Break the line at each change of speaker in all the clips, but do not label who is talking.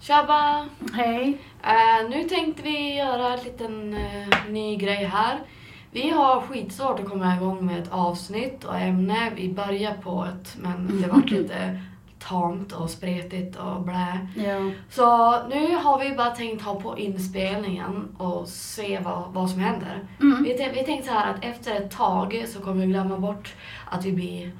Tjaba!
Hej.
Eh, nu tänkte vi göra en liten eh, ny grej här. Vi har skitsvårt att komma igång med ett avsnitt och ämne. Vi började på ett men det var lite tamt och spretigt och blä.
Ja.
Så nu har vi bara tänkt ha på inspelningen och se vad, vad som händer.
Mm.
Vi, tän- vi tänkte så här att efter ett tag så kommer vi glömma bort att vi blir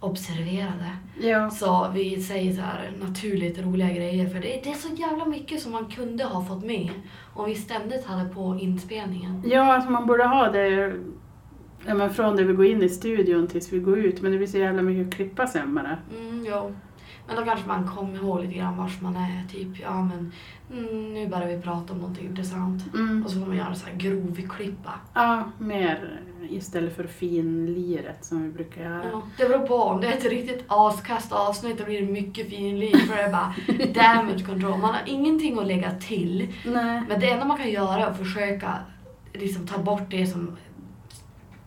observerade.
Ja.
Så vi säger så här naturligt roliga grejer för det, det är så jävla mycket som man kunde ha fått med om vi ständigt hade på inspelningen.
ja, alltså man borde ha det ja, men från det vi går in i studion tills vi går ut. Men det blir så jävla mycket att klippa sen bara.
Mm, jo. Men då kanske man kommer ihåg lite grann vars man är. Typ, ja men mm, nu börjar vi prata om någonting intressant.
Mm.
Och så får man göra så här grovklippa.
Ja, mer istället för finliret som vi brukar göra.
Ja, det beror på, om det är ett riktigt askast avsnitt då blir det mycket finlir för det är bara damage control. Man har ingenting att lägga till.
Nej.
Men det enda man kan göra är att försöka liksom, ta bort det som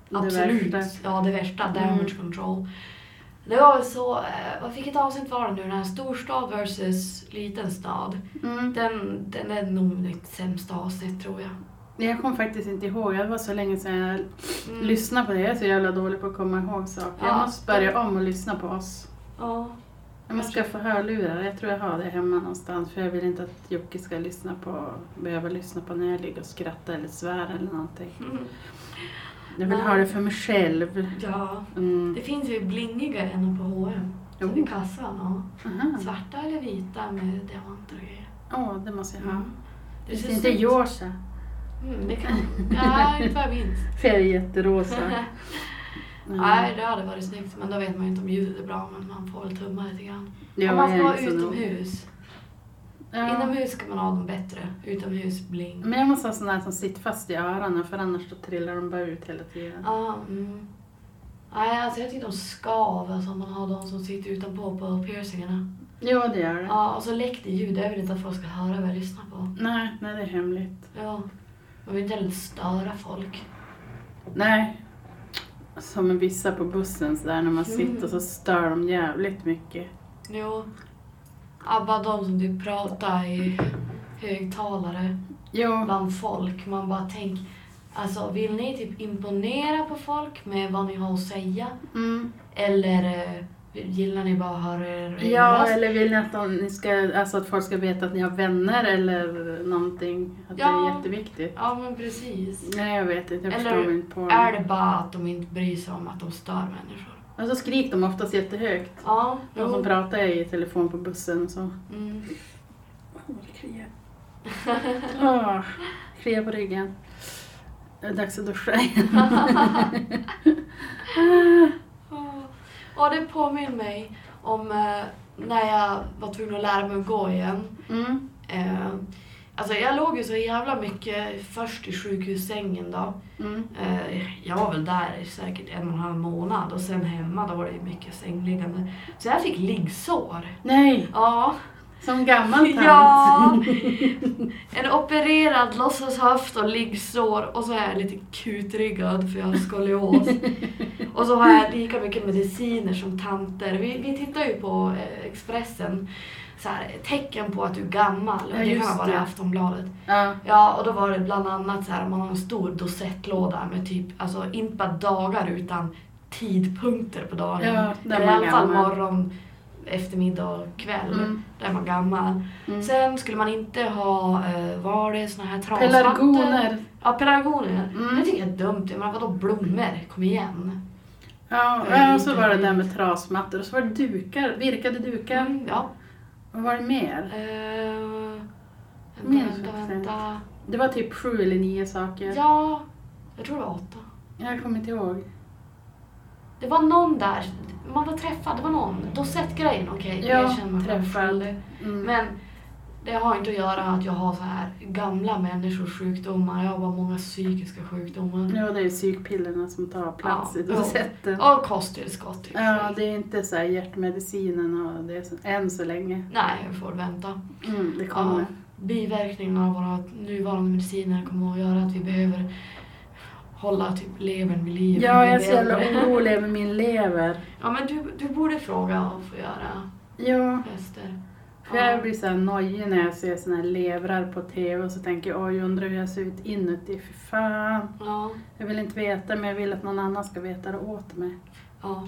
Det
absolut,
värsta. Mm.
ja det värsta, damage control. Det var väl så, eh, vad fick ett avsnitt var det nu? Den här storstad versus liten stad.
Mm.
Den, den är nog mitt sämsta avsnitt tror jag.
Jag kommer faktiskt inte ihåg. Det var så länge sedan jag
Mm.
lyssnade på det. Jag är så jävla dålig på att komma ihåg saker. Jag
Ja.
måste börja om och lyssna på oss.
Ja.
Jag måste skaffa hörlurar. Jag tror jag har det hemma någonstans. För jag vill inte att Jocke ska lyssna på, behöva lyssna på när jag ligger och skrattar eller svär eller någonting.
Mm.
Jag vill
Nej.
ha det för mig själv.
ja.
Mm.
Det finns ju blingigare än på H&M. Så
Jo.
vid kassan, ja.
Aha.
Svarta eller vita med diamanter och grejer.
Åh, det måste jag ha.
Mm.
Det
ser
finns inte
snyggt.
rosa.
Mm, det kan... Nej, inte vad jag minns.
Färg-jätterosa. Mm.
Nej, det hade varit snyggt. Men då vet man ju inte om ljudet är bra, men man får väl tumma lite grann.
Ja,
om man ska
jag är
vara
inte så nog.
utomhus.
Ja. Mm.
Inomhus ska man ha dem bättre. Utomhus bling.
Men jag måste ha sådana här som sitter fast i öronen för annars så trillar de bara ut hela tiden.
Ja, mm. Nej, alltså jag tycker de skav. Alltså om man har de som sitter utanpå på piercingarna.
Ja, det gör det.
Ja, och så läck det ljud. Jag vill inte att folk ska höra vad jag lyssnar på.
Nej, nej, det är hemligt.
Ja. Man vill inte heller störa folk.
Nej. Som vissa på bussen så där när
Mm.
man sitter så stör de jävligt mycket.
Jo. Ja, bara de som typ pratar i högtalare.
Jo,
bland folk. Man bara tänk, alltså vill ni typ imponera på folk med vad ni har att säga?
mm.
Eller eh, gillar ni bara att höra er
Ja,
röst?
eller vill ni att, de, ni ska, alltså att folk ska veta att ni har vänner eller någonting? Att det är
Ja.
jätteviktigt?
Ja, men precis.
Nej, jag vet inte. Jag
Eller
förstår mig inte på
Är
dem.
det bara att de inte bryr sig om att de stör människor?
Och så skriker de oftast jättehögt.
Ja,
De som pratar i telefon på bussen så...
mm.
Åh, det kliar. Åh, kliar på ryggen. Det är dags att duscha igen.
Ja. Och det påminner mig om eh, när jag var tvungen att lära mig att gå igen.
Mm.
Eh, alltså jag låg ju så jävla mycket först i sjukhussängen då.
Mm.
Eh, Jag var väl där i säkert en och en halv månad och sen hemma då var det ju mycket sängliggande. Så jag fick liggsår.
Nej,
Ja.
som gammal tant.
ja. En opererad låtsashöft och liggsår och så är jag lite kutryggad för jag har skolios. Och så har jag lika mycket mediciner som tanter. Vi, vi tittar ju på eh, Expressen, så här, tecken på att du är gammal. Och
Ja,
det kan
just
vara i
det.
Aftonbladet.
Ja.
Ja, och då var det bland annat så här, man har en stor dosettlåda med typ, alltså inte bara dagar utan tidpunkter på dagen.
Ja, där
Eller i
man
alla fall
gammal.
morgon, eftermiddag och kväll.
Mm.
Där man gammal.
Mm.
Sen skulle man inte ha, eh, var det såna här trasmattor?
Pelargoner.
Ja, pelargoner.
Mm.
Det tycker jag är dumt. Men vadå blommor? Kom igen.
Ja,
Jag är
ja, och så
lite
var det
nöjd.
där med trasmattor och så var det dukar, virkade dukar.
Mm, ja.
Vad var det mer?
Eh,
Mer
vänta, vänta,
sånt.
vänta.
Det var typ sju eller nio saker.
Ja, jag tror det var åtta.
Jag kommer inte ihåg.
Det var någon där, man var träffad, det var någon. Dosett-grejen, okej.
Ja,
jag känner mig
träffad.
skyldig.
Mm.
Men det har inte att göra med att jag har så här gamla människors sjukdomar. Jag har bara många psykiska sjukdomar.
Ja, det är ju psykpillerna som tar plats
Ja.
i dosetten.
Och kosttillskott. Typ.
Ja, det är inte så här hjärtmedicinen och det är så, än så länge.
Nej, jag får vänta.
Mm, det
Ja,
kommer.
biverkningarna av våra nuvarande mediciner kommer att göra att vi behöver hålla typ levern vid liv. när
Ja,
vi
jag är
blir
så jävla
äldre.
orolig över min lever.
Ja, men du, du borde fråga och få göra
Ja,
tester.
För
Ja.
jag blir så här nojig när jag ser såna här levrar på TV och så tänker jag oj undrar hur jag ser ut inuti, fy fan.
Ja.
Jag vill inte veta men jag vill att någon annan ska veta det åt mig.
ja.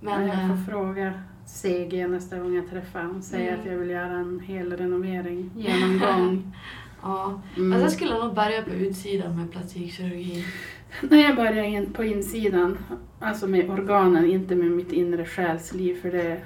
Men
Men
jag
eh,
får fråga CG nästa gång jag träffar honom, säga
Mm.
att jag vill göra en hel renovering, genomgång.
ja.
Mm.
Men sen skulle jag nog börja på utsidan med plastikkirurgi.
När jag börjar in på insidan, alltså med organen, inte med mitt inre själsliv för det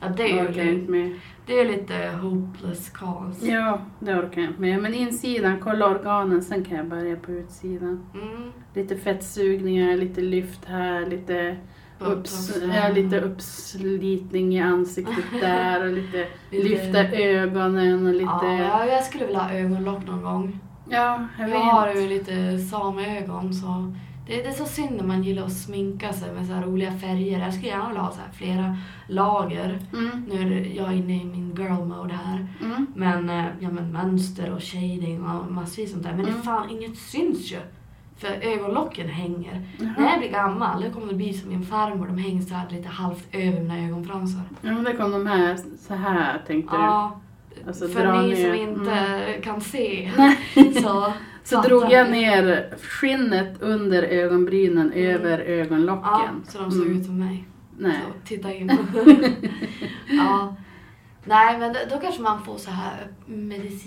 Ja, det är
orkar jag
ju
inte med.
det är lite hopeless cause.
Ja, det orkar jag inte med. Men insidan, kolla organen, sen kan jag börja på utsidan.
Mm.
Lite fettsugningar, lite lyft här, lite, upps, ja, lite uppslitning i ansiktet där och lite
Lite-
lyfta ögonen och lite...
Ja, jag skulle vilja ha ögonlock någon gång.
Ja, jag
Jag har
vet.
ju lite sameögon så det, det är så synd när man gillar att sminka sig med så här roliga färger. Jag skulle gärna vilja ha så här flera lager.
Mm,
Nu är det- jag är inne i min girl mode här.
mm.
Men, eh, ja, men mönster och shading och massvis sånt där. Men
Mm.
det fan inget syns ju. För ögonlocken hänger. När
Jaha.
jag blir gammal då kommer det bli som min farmor. De hänger så här lite halvt över mina ögonfransar.
Ja, men det kom de här, så här tänkte du.
Ja,
Alltså, dra
för ni som
ner. Mm.
inte kan se så
Så
fattar
drog jag
ni.
ner skinnet under ögonbrynen över
Mm. Ja,
ögonlocken.
så de såg
Mm.
ut som mig.
Nej.
Så titta in. ja. Nej men då, då kanske man får så här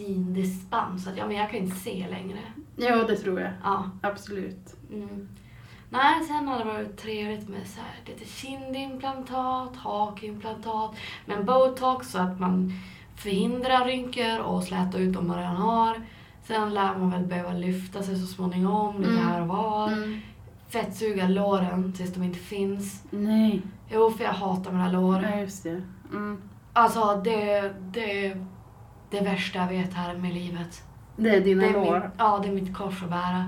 medicindispens. Att, ja men jag kan inte se längre.
Ja, det tror jag.
Ja.
Absolut.
Mm. Nej, sen hade det varit trevligt med så här, lite kindimplantat, hakimplantat, men botox så att man förhindrar rynkor och slätar ut dem man redan har. Sen lär man väl behöva lyfta sig så småningom, lite
Mm.
här och var. Fettsuga låren tills de inte finns.
Nej.
Jo, för jag hatar mina lår.
Ja, just det. Mm.
Alltså, det, det, det värsta jag vet här med livet.
Det är dina
Det är
lår.
mitt, ja, det är mitt kors att bära.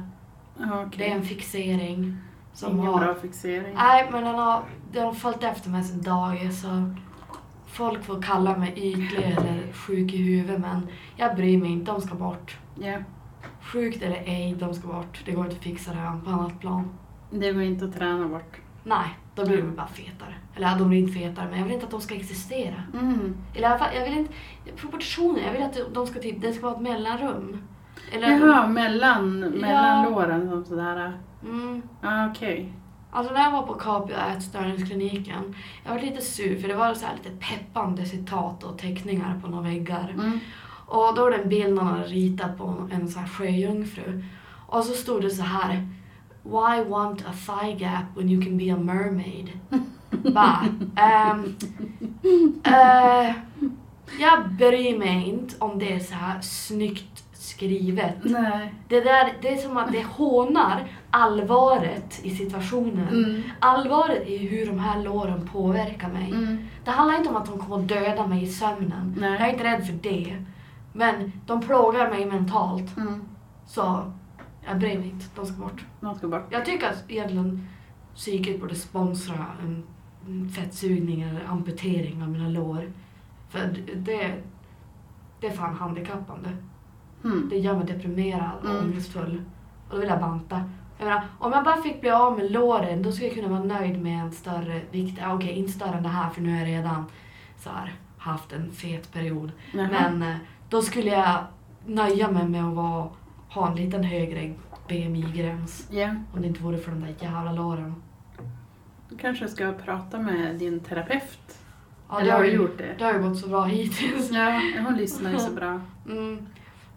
Ja,
Det är
Okej.
en fixering som
Ingen
har
bra fixering.
Nej, men den har, den har följt efter mig sedan dagis. Så folk får kalla mig ytlig eller sjuk i huvudet, men jag bryr mig inte. De ska bort.
Ja.
Sjukt eller ej, de ska bort. Det går inte att fixa det här på annat plan.
Det går inte att träna bort.
Nej, då blir de bara fetare. Eller ja, de blir inte fetare, men jag vill inte att de ska existera.
Mm.
Eller i alla fall, jag vill inte... Proportioner, jag vill att de ska typ... Det ska vara ett mellanrum. Eller...
Jaha, mellan, mellan
Ja.
låren som sådär.
Mm.
Ja, okej.
Alltså när jag var på Capio ätstörningskliniken, jag var lite sur för det var så här lite peppande citat och teckningar på några väggar.
Mm.
Och då var det en bild någon hade ritat på en så här sjöjungfru. Och så stod det så här Why want a thigh gap when you can be a mermaid? Bara, ehm, eh, jag bryr mig inte om det är så här snyggt skrivet.
Nej.
Det, där, det är som att det hånar allvaret i situationen.
Mm.
Allvaret i hur de här låren påverkar mig.
Mm.
Det handlar inte om att de kommer att döda mig i sömnen.
Nej.
Jag är inte rädd för det. Men de plågar mig mentalt.
Mm.
Så jag bryr mig inte. De ska bort.
De ska bort.
Jag tycker att egentligen psyket borde sponsra en en fettsugning eller amputering av mina lår. För det, det är fan handikappande.
Mm.
Det gör mig deprimerad och
Mm.
ångestfull. Och då vill jag banta. Jag menar, om jag bara fick bli av med låren då skulle jag kunna vara nöjd med en större vikt. Ah, Okej, inte större än det här för nu har jag redan så här, haft en fet period.
Jaha.
Men eh, då skulle jag nöja mig med att vara, ha en liten högre BMI-gräns.
Ja.
Om det inte vore för de där jävla låren.
Du kanske ska prata med din terapeut.
Ja, det,
Eller
har
har du
ju,
gjort det?
det har ju gått så bra hittills.
Ja, hon lyssnar ju så bra.
Mm.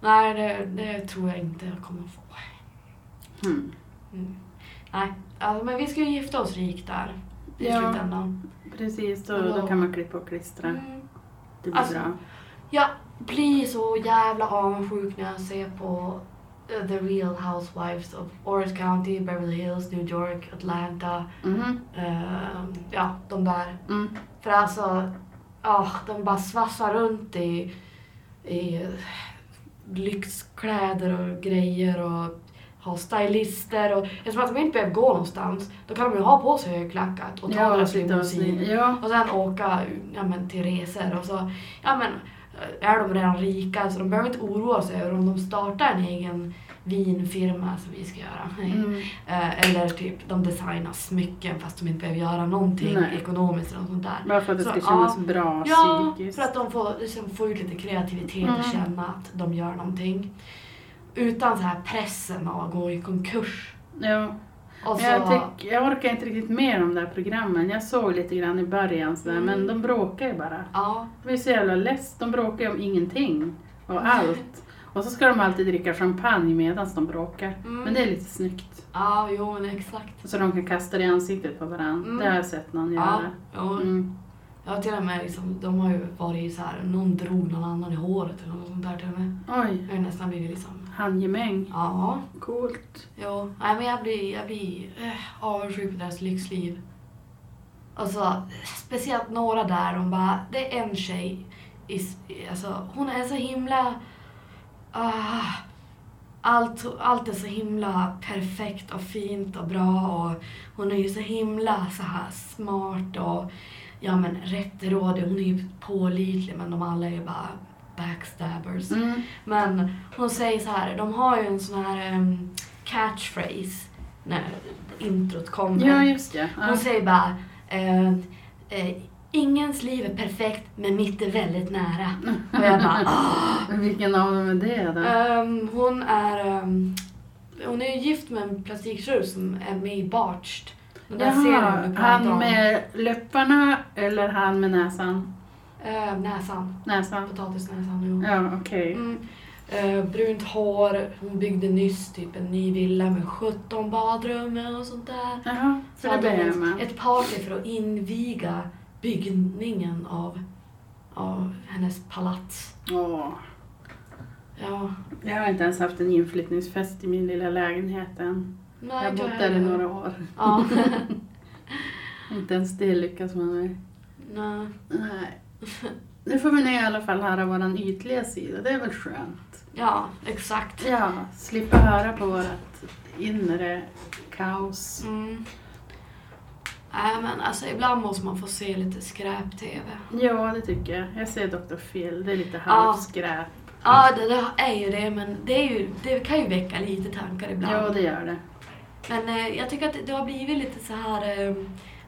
Nej, det, det tror jag inte jag kommer få.
Mm.
Mm. Nej, alltså, men vi ska ju gifta oss rikt där i
Ja.
slutändan.
Precis, då, då kan man klippa och klistra.
Mm.
Det blir
Alltså-
bra.
Jag blir så jävla avundsjuk när jag ser på eh, The Real Housewives of Orange County, Beverly Hills, New York, Atlanta.
Mhm.
eh, ja, de där.
Mm.
För alltså, ja, de bara svassar runt i, i lyxkläder och grejer och ha stylister och eftersom att de inte behöver gå någonstans då kan de ju ha på sig högklackat och ta deras
sitta och
limousin.
sni- Ja,
Och sen åka ja, men, till resor och så ja, men, eh, är de redan rika så de behöver inte oroa sig över om de startar en egen vinfirma som vi ska göra.
mm.
Eh, Eller typ de designar smycken fast de inte behöver göra någonting
Nej.
ekonomiskt eller något sånt där.
bara för att det
Så,
ska
ja.
kännas bra
Ja,
psykiskt.
för att de får liksom, få ut lite kreativitet och
Mm.
känna att de gör någonting. Utan så här pressen av att gå i konkurs.
Ja.
Och så,
Men Jag, tyck, jag orkar inte riktigt med de där programmen. Jag såg lite grann i början sådär,
Mm.
men de bråkar ju bara.
ja,
De är så jävla less. De bråkar ju om ingenting
Mm.
och allt. Och så ska de alltid dricka champagne medan de bråkar.
mm,
Men det är lite snyggt.
ja, jo men exakt.
Så de kan kasta det i ansiktet på varandra.
Mm.
Det har jag sett någon
Ja,
göra.
jo.
Mm.
Ja, till och med liksom, de har ju varit så här, någon drog någon annan i håret eller något sånt där till och med.
Oj,
Jag har ju nästan blivit liksom,
handgemäng.
ja,
Coolt.
jo. Nej men jag blir, jag blir eh, avundsjuk på deras lyxliv. Och så, speciellt några där, de bara, det är en tjej, i, i- alltså hon är så himla, ah, allt, allt är så himla perfekt och fint och bra och hon är ju så himla så här smart och ja men rättrådig, hon är ju pålitlig men de alla är ju bara backstabbers.
Mm.
Men hon säger så här, de har ju en sån här em, catchphrase när introt kommer.
Ja, just det.
Hon
Ja.
säger bara eh, eh, Ingens liv är perfekt men mitt är väldigt nära. Och jag bara "Ah."
Vilken av dem är det då?
Ehm, Hon är ehm, Hon är ju gift med en plastikkirurg som är med i Bartst. Den där serien du pratade
han
om.
med läpparna eller han med näsan?
Eh, näsan.
Näsan.
Potatisnäsan. Jo.
Ja, okej.
Mm. Eh, brunt hår. Hon byggde nyss typ en ny villa med 17 badrum och sånt där.
Jaha,
Så
för det
hade
behöver
hon
man.
ett party för att inviga byggningen av, av hennes palats.
Åh,
Ja,
jag har inte ens haft en inflyttningsfest i min lilla lägenhet än.
nej,
Jag har
inte
bott där i
heller.
några år.
Ja,
Inte ens det lyckas man med.
nej.
Nej. Nu får vi nu i alla fall höra våran ytliga sida, det är väl skönt.
ja, exakt.
Ja, slippa höra på vårat inre kaos.
Mm. Nej men alltså ibland måste man få se lite skräp-tv.
Ja, det tycker jag. Jag ser Dr. Phil, det är lite
Ja.
halvskräp.
Ja det, det är ju det men det, är ju, det kan ju väcka lite tankar ibland.
Ja, det gör det.
Men eh, jag tycker att det har blivit lite så här... Eh,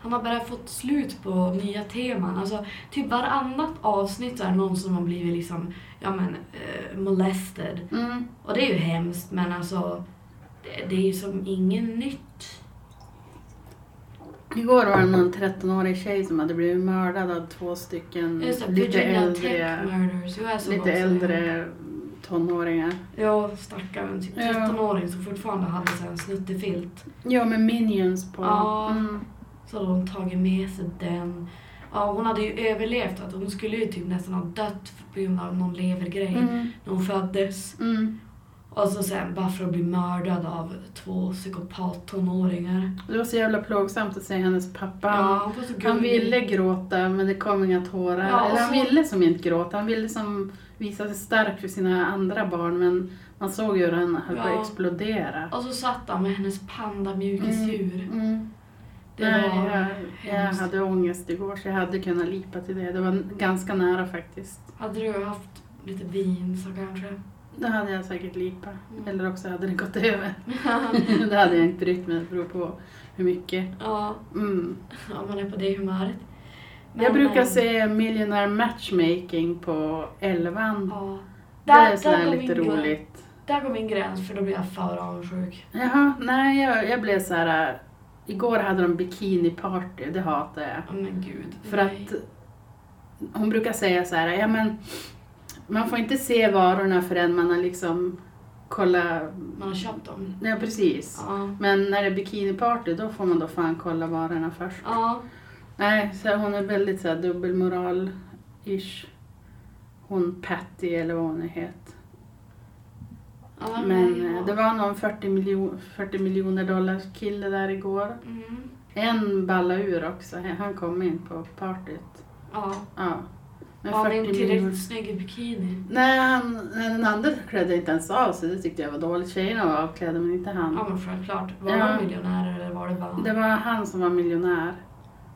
han har bara fått slut på nya teman. Alltså, typ varannat avsnitt så är det någon som har blivit liksom, ja men, eh, molested.
Mm.
Och det är ju hemskt men alltså, det, det är ju som inget nytt.
Igår var det någon 13-årig tjej som hade blivit mördad av två stycken
Just det,
Mm, lite
Virginia
äldre,
Tech Murders. Jo, jag såg också
lite
det.
äldre tonåringar.
Ja, stackaren. Typ
Ja.
13-åring som fortfarande hade så här en snuttefilt.
Ja, med minions på.
Ja.
Mm.
Så hade hon tagit med sig den. Ja, hon hade ju överlevt. Att hon skulle ju typ nästan ha dött på grund av någon levergrej.
Mm.
när hon föddes.
Mm.
Och så sen bara för att bli mördad av två psykopat-tonåringar.
Det var så jävla plågsamt att se hennes pappa.
han var så
Han
gullig.
ville gråta men det kom inga tårar.
Ja, och
Eller han
så-
ville som inte gråta. Han ville som visa sig stark för sina andra barn men man såg ju hur han höll på
Ja.
att explodera.
Och så satt han med hennes pandamjukisdjur.
Mm.
Det
Nej,
var
jag, jag
hemskt.
hade ångest igår så jag hade kunnat lipa till det. Det var ganska nära faktiskt.
Hade du haft lite vin så kanske?
Då hade jag säkert lipa.
Mm.
Eller också hade det gått över. det hade jag inte brytt mig det beror på hur mycket.
ja,
Mm.
om man är på det humöret.
jag
Men,
brukar
eh,
se Millionaire Matchmaking på elvan.
Ja.
Det
Där,
är
där,
sådär
går
lite
min gräns,
roligt.
där går min gräns för då blir jag för avundsjuk.
Jaha, nej jag, jag blev så här. äh, Igår hade de bikiniparty, det hatar jag.
Ja, Men gud.
För
nej.
att hon brukar säga så här, ja men man får inte se varorna förrän man har liksom kollat,
Man har köpt dem.
ja precis.
Ja.
Men när det är bikiniparty då får man då fan kolla varorna först.
Ja.
Nej, så hon är väldigt så här dubbelmoral-ish. Hon Patty eller vad hon är het.
ja
Men eh,
ja.
det var någon 40, miljon, 40 miljoner dollar kille där igår.
Mm.
En ballade ur också, han kom in på partyt.
Ja.
Ja. Med
Han är
40
inte
miljoner.
tillräckligt snygg i bikini.
Nej, han, nej, den andra klädde inte ens av sig. Det tyckte jag var dåligt. Tjejerna var avklädda men inte han.
Ja men självklart. Var
Ja.
de miljonärer eller var det bara
Det var han som var miljonär.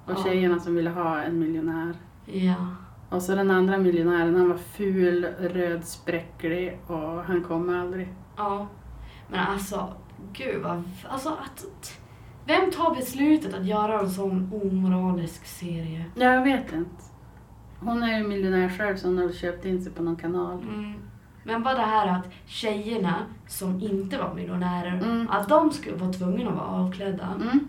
Och
Ja.
tjejerna som ville ha en miljonär.
Ja.
Och så den andra miljonären, han var ful, röd, spräcklig och han kom aldrig.
Ja. Men alltså, gud vad... Alltså att... Vem tar beslutet att göra en sån omoralisk serie?
Ja, jag vet inte. Hon är ju miljonär själv så hon har väl köpt in sig på någon kanal.
Mm. Men bara det här att tjejerna som inte var miljonärer,
Mm.
att de skulle vara tvungna att vara avklädda.
Mm.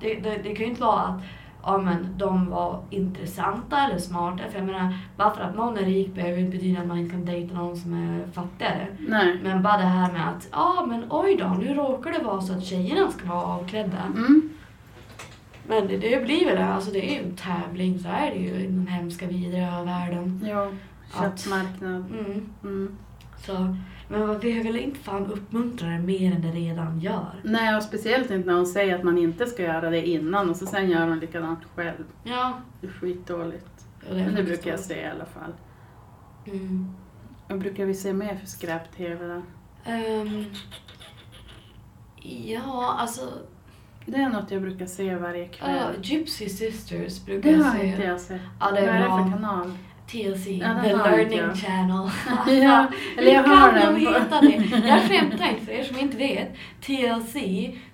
Det, det, det kan ju inte vara att ja, men de var intressanta eller smarta. För jag menar, bara för att någon är rik behöver ju inte betyda att man inte kan dejta någon som är fattigare.
Nej.
Men bara det här med att, ja men oj då, nu råkar det vara så att tjejerna ska vara avklädda.
Mm.
Men det, det blir väl det, alltså det är ju en tävling, så är det ju i den hemska vidriga världen.
Ja. Köttmarknad.
Mm.
Mm.
Så, men man behöver väl inte fan uppmuntra det mer än det redan gör.
Nej, och speciellt inte när hon säger att man inte ska göra det innan och så sen gör hon likadant själv.
Ja.
Det är skitdåligt.
ja, är
Men det
faktiskt
brukar jag
så.
säga i alla fall.
Mm.
Vad brukar vi se mer för skräp-tv då?
Ehm, ja, alltså
Det är något jag brukar se varje
Ja,
kväll.
Gypsy Sisters brukar
det
jag
har inte
säga.
jag sett.
Ja, det
Vad är
är
det för
bra.
kanal?
TLC,
Ja, den
The
har inte
Learning
jag.
Channel.
Ja, eller jag
Hur
har
kan
den
de
på-
heta det? Jag skämtar inte, för er som inte vet. TLC,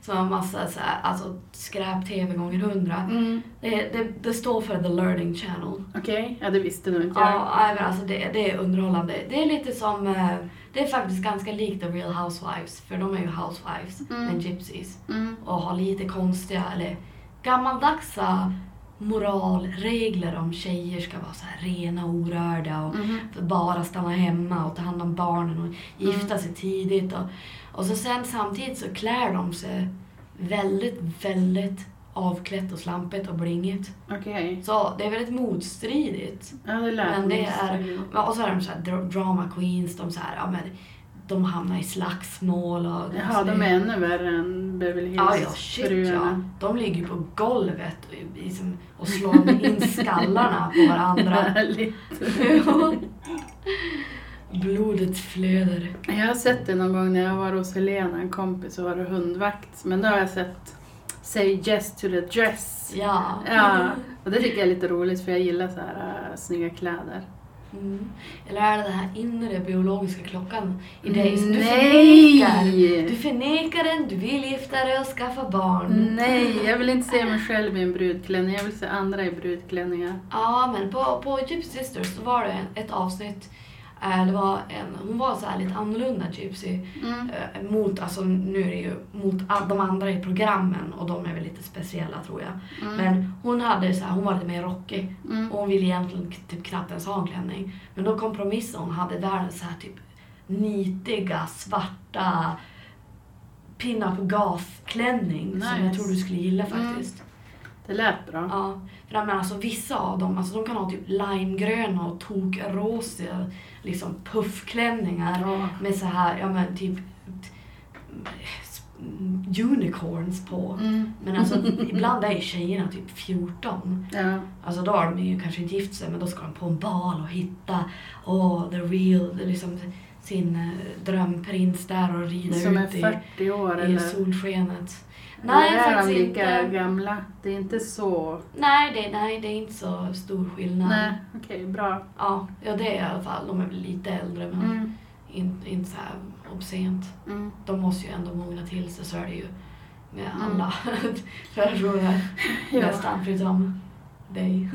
som har massa så här, alltså, skräp-tv gånger hundra.
Mm.
Det, det, det står för The Learning Channel.
Okej, ja det visste nog inte jag.
Ja, nej, men alltså det, det är underhållande. Det är lite som, eh, det är faktiskt ganska likt The Real Housewives, för de är ju housewives,
Mm.
men gypsies.
Mm.
och har lite konstiga eller gammaldagsa moralregler om tjejer ska vara så här rena och orörda och
Mhm.
bara stanna hemma och ta hand om barnen och
Mm.
gifta sig tidigt. Och, och så sen samtidigt så klär de sig väldigt, väldigt avklätt och slampigt och blingigt.
Okej.
Så det är väldigt motstridigt.
Ja, det lät
Men det
mysigt.
är, och så är de så här dra- drama queens, de så här, ja men de hamnar i slagsmål och...
Jaha, de är ännu värre än Beverly
Ja, ja, shit ja.
Hills-fruarna.
De ligger ju på golvet och, liksom, och slår in skallarna på varandra.
Härligt.
Blodet flöder.
Jag har sett det någon gång när jag var hos Helena, en kompis, och var hundvakt. Men då har jag sett Say Yes to the Dress.
Ja.
Ja, och det tycker jag är lite roligt för jag gillar så här äh, snygga kläder.
Mm. Eller är det den här inre biologiska klockan i dig som du förnekar? Du
Nej!
förnekar den, du vill gifta dig och skaffa barn.
Nej, jag vill inte se mig själv i en brudklänning. Jag vill se andra i brudklänningar.
Ja, men på, på Gypsy Sisters så var det en- ett avsnitt. eh, Det var en, hon var så här lite annorlunda Gypsy.
Mm.
Eh, mot, alltså nu är det ju mot all- de andra i programmen och de är väl lite speciella tror jag.
Mm.
Men hon hade så här, hon var lite mer rockig
Mm.
och hon ville egentligen k- typ knappt ens ha en klänning. Men då kompromissade hon, hade världens så här typ nitiga svarta pinna på gasklänning som jag
Nice. Mm.
tror du skulle gilla faktiskt.
Det lät bra.
Ja, för jag menar, alltså, vissa av dem, alltså, de kan ha typ limegröna och tokrosiga liksom puffklänningar
Ja.
med så här, ja men typ t- mm, unicorns på.
Mm.
Men alltså ibland är ju tjejerna typ 14.
Ja.
Alltså då har de ju kanske inte gift sig men då ska de på en bal och hitta oh, the real, det är liksom sin eh, drömprins där och rida
Som är
ut i,
40 år
i
eller?
solskenet.
Eller
Nej
är
faktiskt
de lika
inte.
gamla? Det är inte så...
Nej det, nej det är inte så stor skillnad.
Nej, okej, bra.
Ja, ja det är i alla fall, de är väl lite äldre men
Mm.
inte in så här obscent.
Mm.
de måste ju ändå mogna till sig så är det ju med alla förarprover
Ja.
nästan förutom dig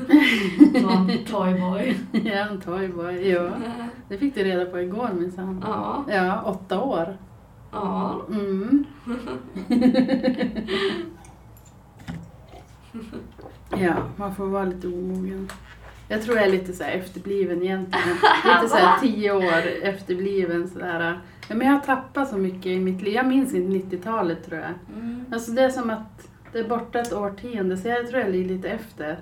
som toyboy.
ja, en toyboy. Ja. Det fick du reda på igår minsann.
Ja,
Ja, åtta år.
ja.
Mm. ja, man får vara lite omogen. Jag tror jag är lite så här efterbliven egentligen. Lite så här tio år efterbliven sådär. Ja, Men jag har tappat så mycket i mitt liv. Jag minns inte 90-talet tror jag.
Mm.
Alltså det är som att det är borta ett årtionde så jag tror jag ligger lite efter.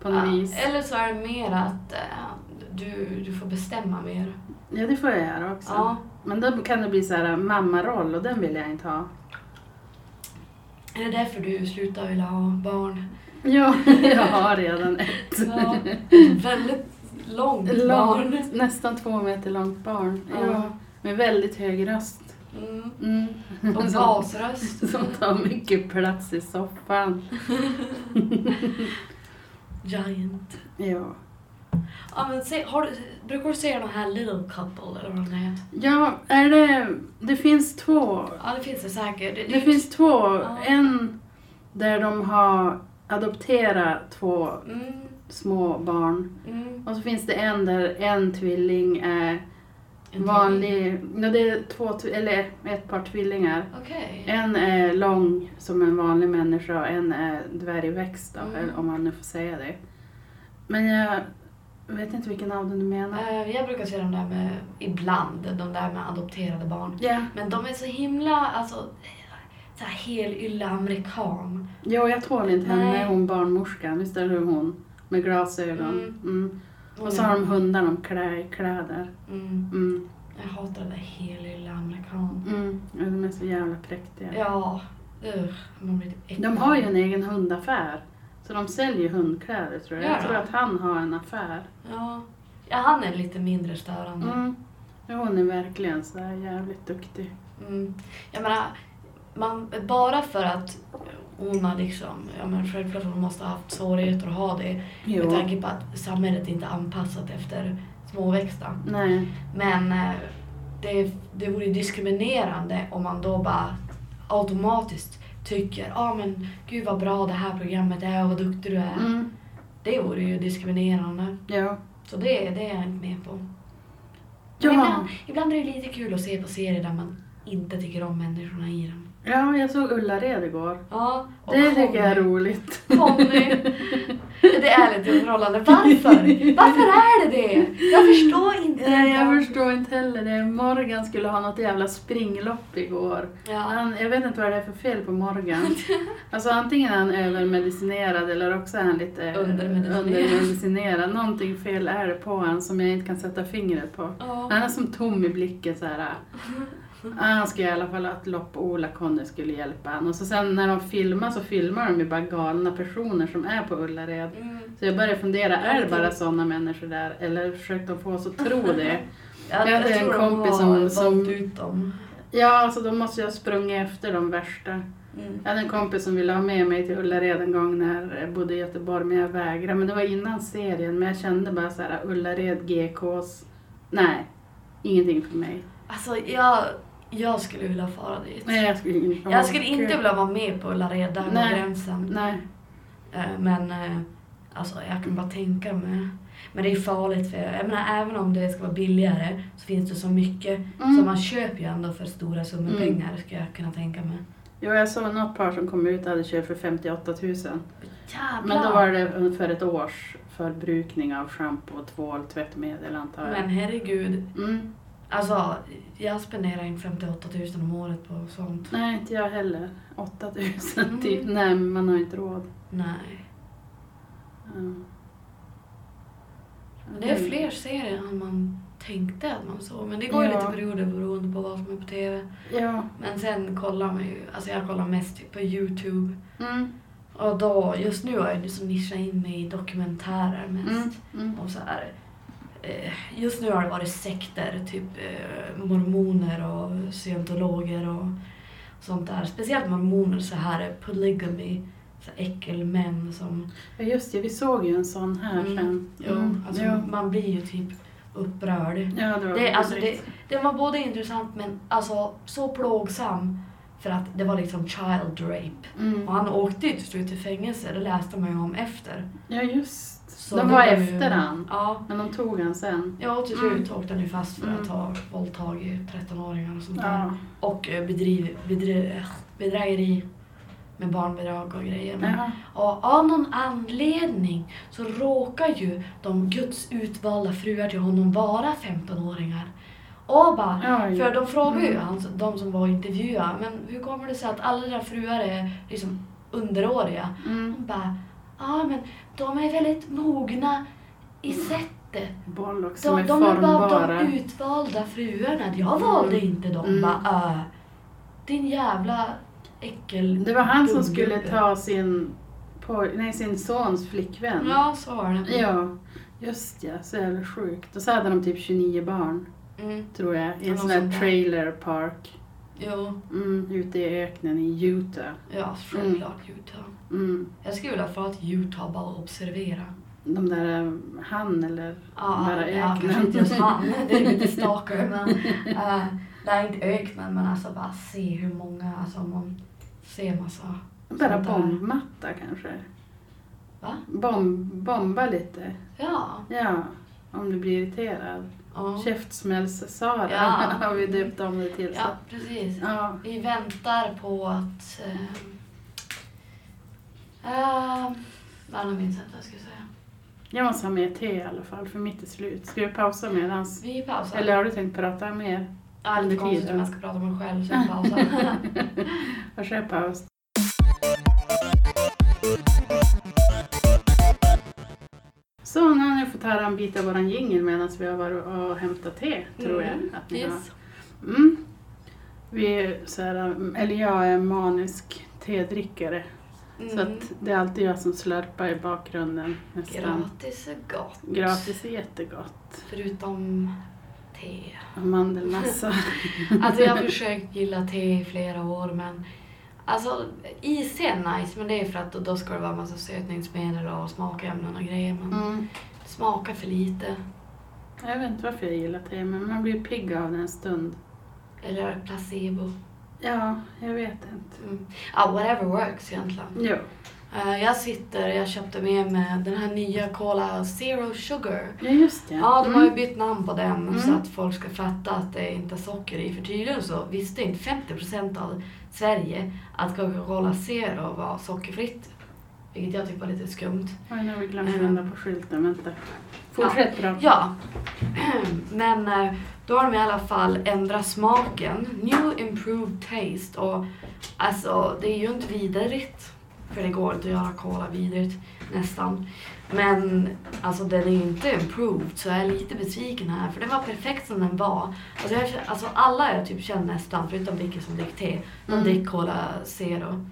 På något
Ja,
vis.
Eller så är det mer att eh, du, du får bestämma mer.
Ja det får jag göra också.
Ja.
Men då kan det bli så här mammaroll och den vill jag inte ha.
Är det därför du slutar vilja ha barn?
Ja, jag har redan ett.
Ja. Väldigt långt
Långt,
barn.
nästan två meter långt barn.
Ja.
Ja. Med väldigt hög röst.
Mm.
Mm.
Och
som,
gasröst.
som tar mycket plats i soffan.
Giant.
Ja.
Ja, men se, har du, brukar du se den här Little Couple eller vad den heter?
ja, är det... Det finns två.
Ja, det finns det säkert. Det,
Det finns två.
Ja.
En där de har adopterat två
Mm,
små barn.
mm.
Och så finns det en där en tvilling är
En
vanlig. Ja, det är två, tw- eller ett par tvillingar.
till. Okej.
En är lång som en vanlig människa och en är dvärgväxt då,
Mm.
eller om man nu får säga det. Men jag vet inte vilken av dem du menar.
Eh, Jag brukar se de där med, ibland, de där med adopterade barn.
Ja,
Men de är så himla, alltså, så här helylle amerikan.
jo jag tål inte henne,
Nej.
hon barnmorskan, visst är det hon? Med glasögon.
Mm.
Mm. Och så har de hundar de klär i kläder.
Mm.
Mm.
Jag hatar den där helylle amerikan.
Mm. Ja, De är så jävla präktiga.
Ja, ugh, man blir typ äcklad.
De har ju en egen hundaffär. Så de säljer hundkläder tror jag.
Gör
Jag tror
de?
att han har en affär.
Ja. ja, han är lite mindre störande.
Mm. Ja, Hon är verkligen så här jävligt duktig.
Mm. Jag menar, man, bara för att hon har liksom, ja men självklart hon måste ha haft svårigheter att ha det med tanke på att samhället inte är anpassat efter småväxta.
Nej.
Men eh, det, det vore ju diskriminerande om man då bara automatiskt tycker ja ah, men gud vad bra det här programmet är och vad duktig du är.
Mm.
Det vore ju diskriminerande.
Ja.
Så det, det är jag inte med på. Men
Ja.
Ibland, ibland är det lite kul att se på serier där man inte tycker om människorna i den.
ja, jag såg Ullared igår.
Ja, och
Det
Conny.
tycker jag är roligt.
Conny. Det är lite underhållande. Varför? Varför är det det? Jag förstår inte.
Nej, jag förstår inte heller det. Morgan skulle ha något jävla springlopp igår.
Ja.
Han, jag vet inte vad det är för fel på Morgan. Alltså antingen är han övermedicinerad eller också är han lite eh,
Undermedicinerad.
undermedicinerad. Någonting fel är det på han som jag inte kan sätta fingret på.
Ja.
Han är som tom i blicken så här. äh. Han ska i alla fall att Lopp och Ola-Conny skulle hjälpa han. Och så sen när de filmar så filmar de ju bara galna personer som är på Ullared.
Mm.
Så jag började fundera, är det bara sådana människor där? Eller försökte de få oss att tro det?
Jag,
Jag
jag,
hade en
tror
kompis
de
som-
har
som-
valt ut dem.
Ja, alltså då måste jag ha sprungit efter de värsta.
Mm.
Jag hade en kompis som ville ha med mig till Ullared en gång när jag bodde i Göteborg, men jag vägrade. Men det var innan serien, men jag kände bara så här, Ullared, GKs, nej, ingenting för mig.
Alltså jag, jag skulle vilja fara dit.
Nej, jag skulle inte,
Jag skulle
Kul.
inte vilja vara med på Ullared, där
Nej.
går gränsen.
Nej.
Eh, Men eh, alltså jag kan bara tänka mig. Men det är farligt för jag menar även om det ska vara billigare så finns det så mycket.
Mm.
Så man köper ju ändå för stora summor
Mm.
pengar skulle jag kunna tänka mig.
Jo, jag såg något par som kom ut och hade köpt för 58 000.
Jävlar!
Men då var det ungefär ett års förbrukning av schampo, tvål, tvättmedel antar jag.
Men herregud,
Mm.
alltså jag spenderar inte 58 000 om året på sånt.
Nej, inte jag heller. 8 000 typ.
Mm.
Nej, men man har ju inte råd.
Nej.
Mm.
Men det är fler serier än man tänkte att man såg. Men det går ju
Ja.
lite perioder beroende på vad som är på TV.
Ja.
Men sen kollar man ju, alltså jag kollar mest typ på YouTube.
Mm.
Och då, just nu har jag ju så nischat in mig i dokumentärer mest.
Mm. Mm.
Och så här, eh, just nu har det varit sekter, typ eh, mormoner och scientologer och sånt där. Speciellt mormoner, så här polygamy, så här äckelmän som...
Ja, just det. Vi såg ju en sån här
Mm.
sen.
Jo,
Mm.
alltså,
ja.
Man blir ju typ upprörd.
ja, det var
Det, alltså, det,
vidrigt.
det var både intressant men alltså så plågsam för att det var liksom child rape.
Mm.
Och han åkte ju till slut till fängelse, det läste man ju om efter.
Ja, just.
Så
de
det
var
ju-
efter han.
Ja,
Men de tog han sen.
Ja, till slut åkte han ju fast för att
Mm.
ha våldtagit 13-åringar och sånt där.
Ja.
Och eh, bedriv, bedri- eh, bedrägeri med barnbidrag och grejer. Men-
Jaha.
Och av någon anledning så råkar ju de Guds utvalda fruar till honom vara 15-åringar. Och bara,
Oj.
för de frågar ju
Mm.
han, de som var intervjuade, men hur kommer det sig att alla dina fruar är liksom underåriga?
Mm.
Hon bara, ja men de är väldigt mogna i sättet.
Bollock Mm. som
De,
är
de är bara
formbara.
de utvalda fruarna. Jag valde
Mm.
inte dem.
Mm.
Bara, äh, din jävla äckel...
Det var han som
gubbgubbe.
skulle ta sin, poj- nej, sin sons flickvän.
Ja, så var det.
Ja. Just ja, så jävla sjukt. Och så hade de typ 29 barn,
Mm.
tror jag, i en
Något
sån här
sånt där.
trailer park.
Jo,
Mm, ute i öknen i Utah.
ja självklart Utah.
Mm.
Jag skulle vilja fara till Utah bara och observera.
De där, eh, han eller...
Ja,
Bara
ja,
öknen.
kanske inte just han, det är lite stalker men eh, nej inte öknen men alltså bara se hur många, alltså man ser massa.
Bara
Sånt där.
bombmatta kanske.
Va?
Bomb, bomba lite.
Ja.
Ja, om du blir irriterad.
Ja,
Käftsmällsara
Ja.
har vi döpt om det till.
ja
Så.
precis.
Ja.
Vi väntar på att... Eh, eh, alla minns inte vad jag skulle säga.
Jag måste ha mer te i alla fall, för mitt är slut. Ska vi pausa medans?
Vi pausar.
Eller har du tänkt prata mer?
ja, lite konstigt om jag ska prata om mig själv så jag pausar.
Varsågod paus. Så nu har ni fått höra en bit av våran jingel medan vi har varit och hämtat te, tror jag.
Mm,
Att ni har.
yes.
Mm. Vi är så här, eller jag är manisk tedrickare.
Mm.
Så att det är alltid jag som slurpar i bakgrunden nästan.
Mm. Gratis är gott.
Gratis är jättegott.
Förutom te.
Mandelmassa.
Alltså jag har försökt gilla te i flera år men Alltså is är nice men det är för att då ska det vara massa sötningsmedel och smakämnen och grejer men
Mm.
det smakar för lite.
Jag vet inte varför jag gillar te, men man blir pigg av det en stund.
Eller placebo.
Ja, jag vet inte.
Mm. Ja, whatever works egentligen.
Jo.
Eh, jag sitter, jag köpte med mig den här nya Cola Zero Sugar.
Ja, just det.
Ja, de har ju
Mm.
bytt namn på den
Mm.
så att folk ska fatta att det inte är socker i. För tydligen så visste inte 50% av Sverige att Coca-Cola Zero var sockerfritt. Vilket jag tycker var lite skumt.
Oj, nu har vi glömt
Eh.
att vända på skylten. Vänta. Fortsätt prata.
Ja, men eh, då har de i alla fall ändrat smaken. New improved taste. Och alltså, det är ju inte vidrigt. För det går inte att göra cola vidrigt, nästan. Men alltså den är ju inte improved så jag är lite besviken här. För den var perfekt som den var. Alltså, jag, alltså alla jag typ känner nästan, förutom Vicky som dricker te, de
Mm.
dricker Cola Zero.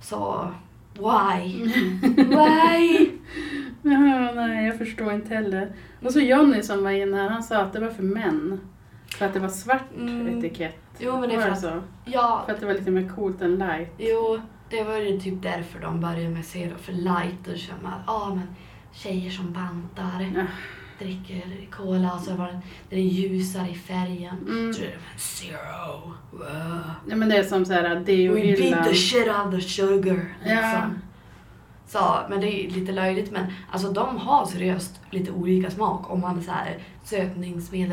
Så, why? Why?
Ja, nej, jag förstår inte heller. Och så Johnny som var inne här, han sa att det var för män. För att det var svart
Mm.
etikett.
Jo men det är
Var
för
det
att,
så?
ja,
För att det var lite mer coolt än light.
Jo, det var ju typ därför de började med Zero för light och känna att ah, men tjejer som bantar
Ja.
dricker cola och så var den, den är ljusare i färgen.
Mm.
Så är det bara, Zero. Wow.
Ja, men det är som så här
We beat
deohyllan.
the shit out of the sugar.
Ja.
Liksom. Så, men det är ju lite löjligt men alltså de har seriöst lite olika smak om man är såhär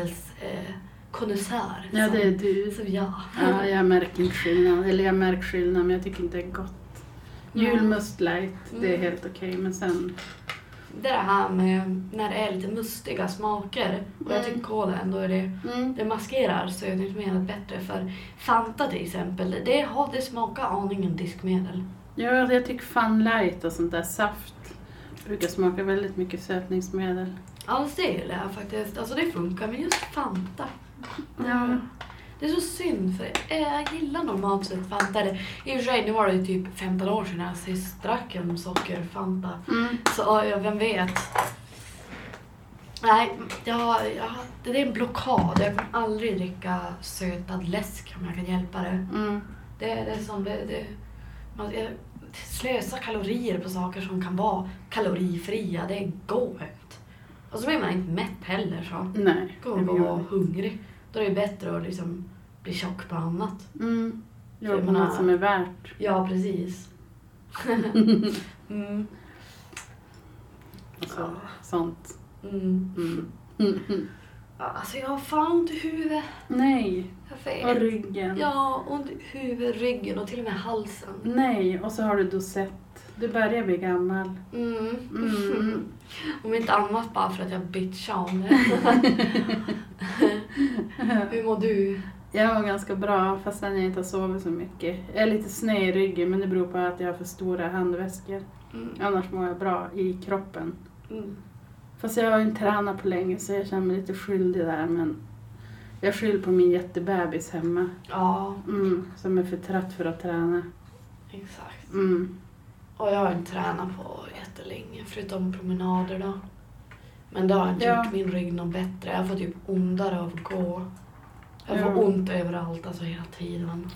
eh, sötningsmedelskonnässör.
Ja, det är du.
Som jag.
Ja, jag märker inte skillnad. Eller jag märker skillnad, men jag tycker inte det är gott.
Mm.
Julmust light, det är
Mm.
helt okej. Men sen,
Det är det här med när det är lite mustiga smaker. Och jag
Mm.
tycker cola ändå är det.
mm,
Det maskerar sötningsmedlet bättre. För Fanta till exempel, det, har, det smakar aningen diskmedel.
ja, alltså, jag tycker fun light och sånt där saft brukar smaka väldigt mycket sötningsmedel.
Alls det gillar jag faktiskt. Alltså det funkar, men just Fanta. Mm.
Ja.
Det är så synd, för eh, jag gillar normalt sett Fanta. Eller, I och för sig, nu var det ju typ 15 år sedan jag sist drack en socker-Fanta.
Mm.
Så ja, vem vet. Nej, jag, jag, det är en blockad. Jag kommer aldrig dricka sötad läsk om jag kan hjälpa det.
Mm.
Det är det är som det... det man jag slösar kalorier på saker som kan vara kalorifria. Det går ut. Och så blir man inte mätt heller så.
Nej.
Då kommer man vara hungrig. Då är det bättre att liksom bli tjock på annat.
Mm.
För
Jo,
jag
på
menar-
något som är värt.
Ja, precis. mm.
Alltså, sånt.
Mm.
Mm. Mm.
Alltså jag har fan ont i huvudet.
Nej.
Jag vet.
Och ryggen.
Ja, ont i huvudet, ryggen och till och med halsen.
Nej. Och så har du dosett. Du börjar bli gammal.
Mm.
Mm.
Om inte annat bara för att jag bitchade om det. Hur mår du?
Jag mår ganska bra fastän jag inte har sovit så mycket. Jag är lite sned i ryggen men det beror på att jag har för stora handväskor.
Mm.
Annars mår jag bra i kroppen.
Mm.
Fast jag har ju inte tränat på länge så jag känner mig lite skyldig där men jag skyller på min jättebebis hemma.
Ja,
Mm, som är för trött för att träna.
exakt.
Mm.
Och jag har inte tränat på jättelänge, förutom promenader då. Men det har inte
Ja.
gjort min rygg något bättre. Jag får typ ondare av att gå. Jag får
Ja.
ont överallt, alltså hela tiden.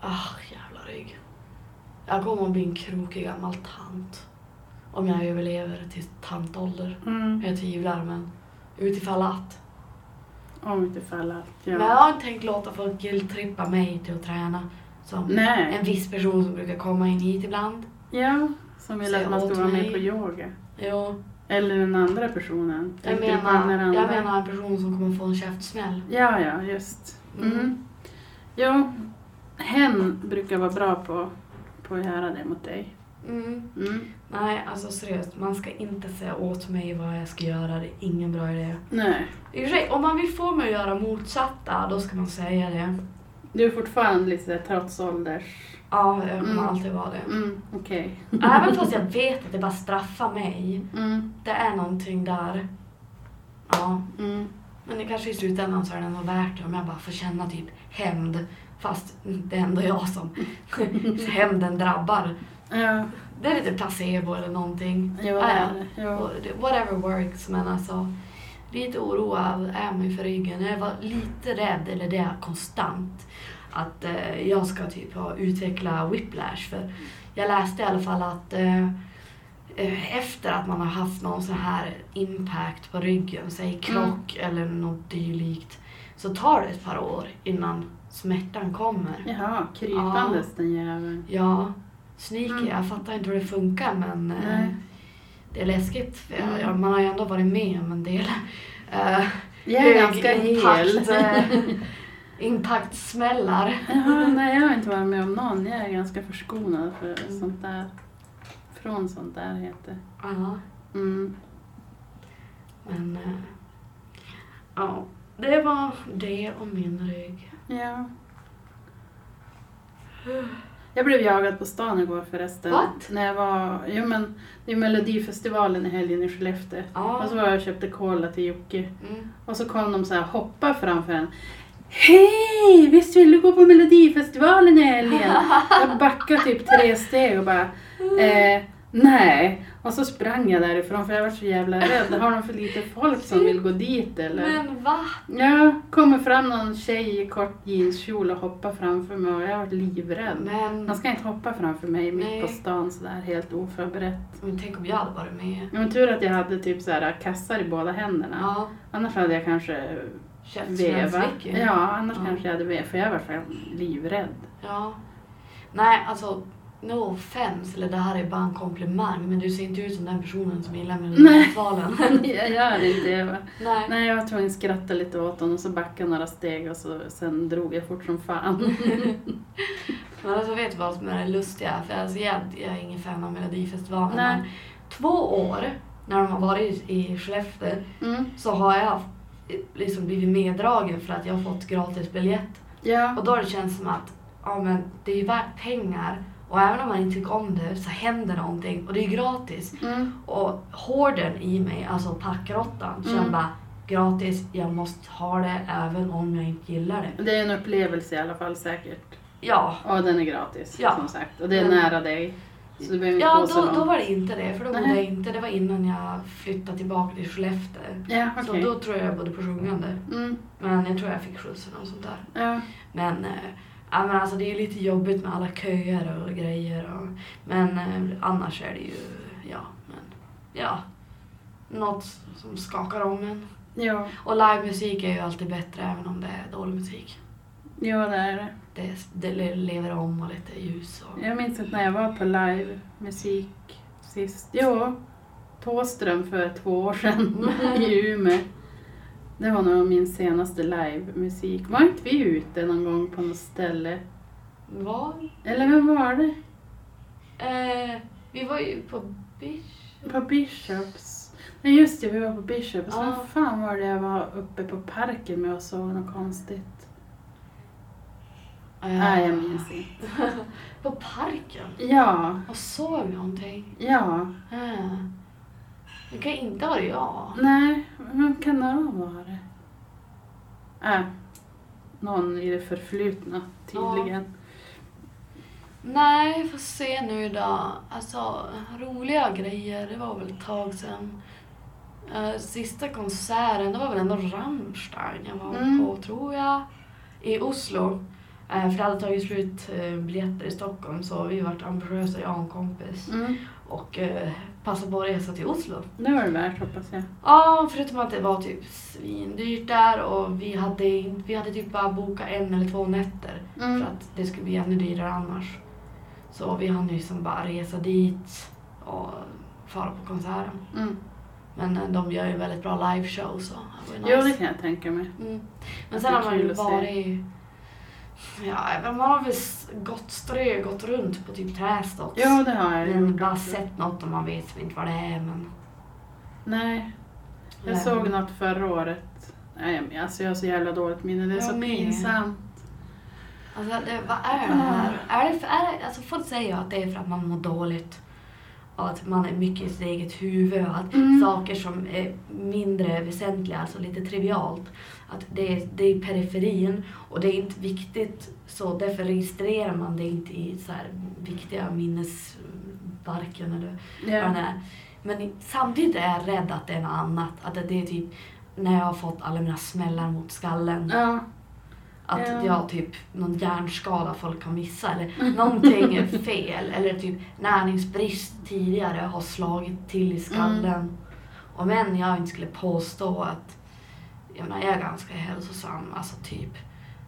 Ah, jävla rygg. Jag kommer att bli en krokig gammal tant. Om jag överlever till tantålder.
Mm.
Jag tvivlar, men utifall att.
Om inte för alla allt.
Men
Ja.
jag har inte tänkt låta folk guilt-trippa mig till att träna. Som en
Nej.
viss person som brukar komma in hit ibland.
Ja, som vill
Säg
att man ska
åt
vara
mig.
med på yoga.
Jo,
Eller den andra personen.
jag
Tänker du på den
menar,
här andra?
jag menar en person som kommer få en käftsmäll.
Ja, ja, just. Mm.
Mm.
Jo, hen brukar vara bra på, på att göra det mot dig.
Mm.
Mm.
Nej, alltså seriöst. Man ska inte säga åt mig vad jag ska göra. Det är ingen bra idé.
Nej,
I och för sig, om man vill få mig att göra motsatta, då ska man säga det.
du är fortfarande lite sådär trotsålders...
Ja, jag Eh, kommer
Mm.
alltid vara det.
Mm, Okej.
Även fast jag vet att det bara straffar mig.
Mm,
Det är någonting där. Ja,
mm.
men det kanske i slutändan så är det ändå värt det om jag bara får känna typ hämnd. Fast det är ändå jag som hämnden drabbar.
Ja,
Det är lite placebo eller någonting.
jo,
Ah, ja.
ja. Jo.
Och det- Whatever works, men alltså lite oroad är man ju för ryggen. Jag var lite rädd, eller det är jag konstant, att eh, jag ska typ ha, utveckla whiplash. För jag läste i alla fall att eh, eh, efter att man har haft någon sån här impact på ryggen, säg krock eller något dylikt, så tar det ett par år innan smärtan kommer.
Jaha, krypandes den jäveln.
Ja, sneaky.
Mm.
Jag fattar inte hur det funkar men eh,
Nej.
det är läskigt. För jag,
Mm.
jag, man har ju ändå varit med om en del. Uh,
Jag är ganska hel.
impactsmällar.
Jaha, nej, jag har inte varit med om någon. Jag är ganska förskonad för sånt där. Från sånt där heter
Ja,
det. Mm.
men eh, ja, det var det om min rygg.
Ja. Jag blev jagad på stan igår förresten.
What?
När jag var, jo men, det är Melodifestivalen i helgen i Skellefteå.
Ja,
Och så var jag och köpte cola till Jocke.
mm,
Och så kom de så här hoppa framför en. Hej! Visst vill du gå på Melodifestivalen i helgen? Jag backade typ tre steg och bara, eh, nej. Och så sprang jag därifrån för jag var så jävla rädd. Har de för lite folk som vill gå dit eller?
men va?
Ja, kommer fram någon tjej i kort jeanskjol och hoppar framför mig och jag har varit livrädd.
Men,
Man ska inte hoppa framför mig mitt
Nej.
på stan sådär helt oförberett.
men tänk om jag hade varit med.
Ja, Men tur att jag hade typ såhär kassar i båda händerna.
Ja,
Annars hade jag kanske
käftsmällsvick
vevat.
ju.
Ja, annars
Ja.
kanske jag hade vevat för jag var fan livrädd.
Ja. Nej, alltså no offense, eller det här är bara en komplimang, men du ser inte ut som den personen som gillar Melodifestivalen.
jag gör inte det. va.
Nej.
Nej, jag var tvungen att skratta lite åt honom och så backade jag några steg och så, sen drog jag fort som fan.
Men alltså vet du vad som är det lustiga? För alltså, jag, jag är ingen fan av Melodifestivalen.
Nej.
Men två år, när de har varit i Skellefteå,
Mm.
så har jag haft- liksom blivit meddragen för att jag har fått gratis biljett.
Ja.
Och då har det känts som att ja, men det är ju värt pengar. Och även om man inte tycker om det så händer någonting och det är ju gratis.
Mm.
Och hården i mig, alltså packråttan, kände
Mm.
bara gratis, jag måste ha det även om jag inte gillar det.
Det är en upplevelse i alla fall säkert.
Ja,
Ja, den är gratis
Ja.
som sagt. Och det är
Men-
nära dig. Så du behöver inte
ja
gå så
då,
långt.
då var det inte det, för då bodde
Nej.
jag inte, det var innan jag flyttade tillbaka till Skellefteå.
Ja,
Så
okej.
då tror jag jag bodde på Sjungande.
Mm,
Men jag tror jag fick skjuts eller något sånt där.
ja.
Men, eh, ja, men alltså det är ju lite jobbigt med alla köer och grejer. Och, men eh, annars är det ju, ja, men, ja. Något som skakar om en.
Jo,
Och livemusik är ju alltid bättre även om det är dålig musik.
jo, det är det.
Det, det le- lever om och lite ljus och...
Jag minns att när jag var på live musik sist. Jo, Tåström för två år sedan i Umeå. Det var nog min senaste livemusik. Var inte vi ute någon gång på något ställe?
Vad?
Eller vem var det?
Eh, vi var ju på Bish...
På Bishops. Nej just det, vi var på Bishops.
Ja.
Vem fan var det jag var uppe på parken med och såg något konstigt?
Eh,
Nej, jag minns inte.
På parken?
Ja,
Och såg någonting?
ja.
Eh. Det kan inte vara jag.
Nej, vem kan det ha varit? Äh, någon i det förflutna tydligen.
Nej, får se nu då. Alltså, roliga grejer, det var väl ett tag sedan. Eh, sista konserten, det var väl ändå Rammstein jag var
Mm.
på tror jag. I Oslo. Eh, för det hade tagit slut eh, biljetter i Stockholm så vi vart ambitiösa, jag och en kompis.
Mm.
Och eh, passade på att resa till Oslo.
Det var det värt hoppas jag.
Ja, förutom att det var typ svindyrt där och vi hade, in- vi hade typ bara bokat en eller två nätter.
Mm.
För att det skulle bli ännu dyrare annars. Så vi hann ju liksom bara resa dit och fara på konserten.
Mm.
Men eh, de gör ju väldigt bra liveshows så det var ju
Jo, det
nice.
kan jag tänka mig.
Mm. Men
Det
sen
är
har man
kul
ju
att se.
varit... Ja, man har väl s- gått strö, gått runt på typ Trästops.
Jo, det har jag
men
gjort
bara
också.
Mm. sett något och man vet inte vad det är. Men...
Nej, jag
Nej.
såg något förra året. Nej, men alltså jag har så jävla dåligt minne. Det är
Jag
så
med.
pinsamt.
Alltså, det, vad är det här? Är det, för- är det, alltså, folk säger ju att det är för att man mår dåligt. Och att man är mycket i sitt eget huvud. Och att
Mm.
saker som är mindre väsentliga, alltså lite trivialt. Att det, är- det är i periferin och det är inte viktigt. Så därför registrerar man det inte i så här viktiga minnesbarken eller vad det
Ja.
är. Men i- samtidigt är jag rädd att det är något annat. Att det det är typ när jag har fått alla mina smällar mot skallen.
Ja.
Att
Ja.
jag har typ någon hjärnskada folk har missat eller någonting är fel eller typ näringsbrist tidigare har slagit till i skallen.
Mm.
Om än jag inte skulle påstå att jag, menar, jag är ganska hälsosam, alltså typ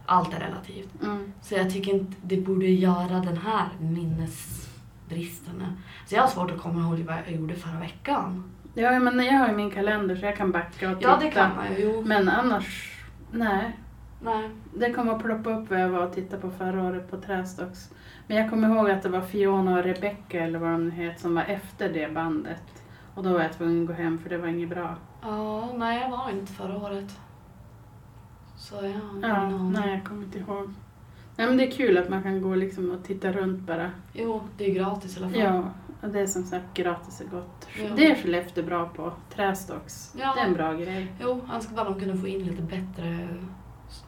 allt är relativt.
Mm.
Så jag tycker inte det borde göra den här minnesbristen. Så jag har svårt att komma ihåg vad jag gjorde förra veckan.
ja, men jag har ju min kalender så jag kan backa och titta.
Ja, det kan man ju. Jo.
Men annars, nej.
Nej.
Det kommer att ploppa upp vad jag var och tittade på förra året på Trästocks. Men jag kommer ihåg att det var Fiona och Rebecca eller vad de nu heter som var efter det bandet. Och då var jag tvungen att gå hem för det var inget bra.
Ja, nej, jag var inte förra året. Så jag har ingen
Ja,
aning.
nej jag kommer inte ihåg. Nej men det är kul att man kan gå liksom och titta runt bara.
Jo, det är gratis i alla fall.
Ja, och det är som sagt gratis och gott.
Ja.
Det är Skellefteå bra på, Trästocks.
Ja.
Det är en bra grej.
Jo, jag önskar bara de kunde få in lite bättre s-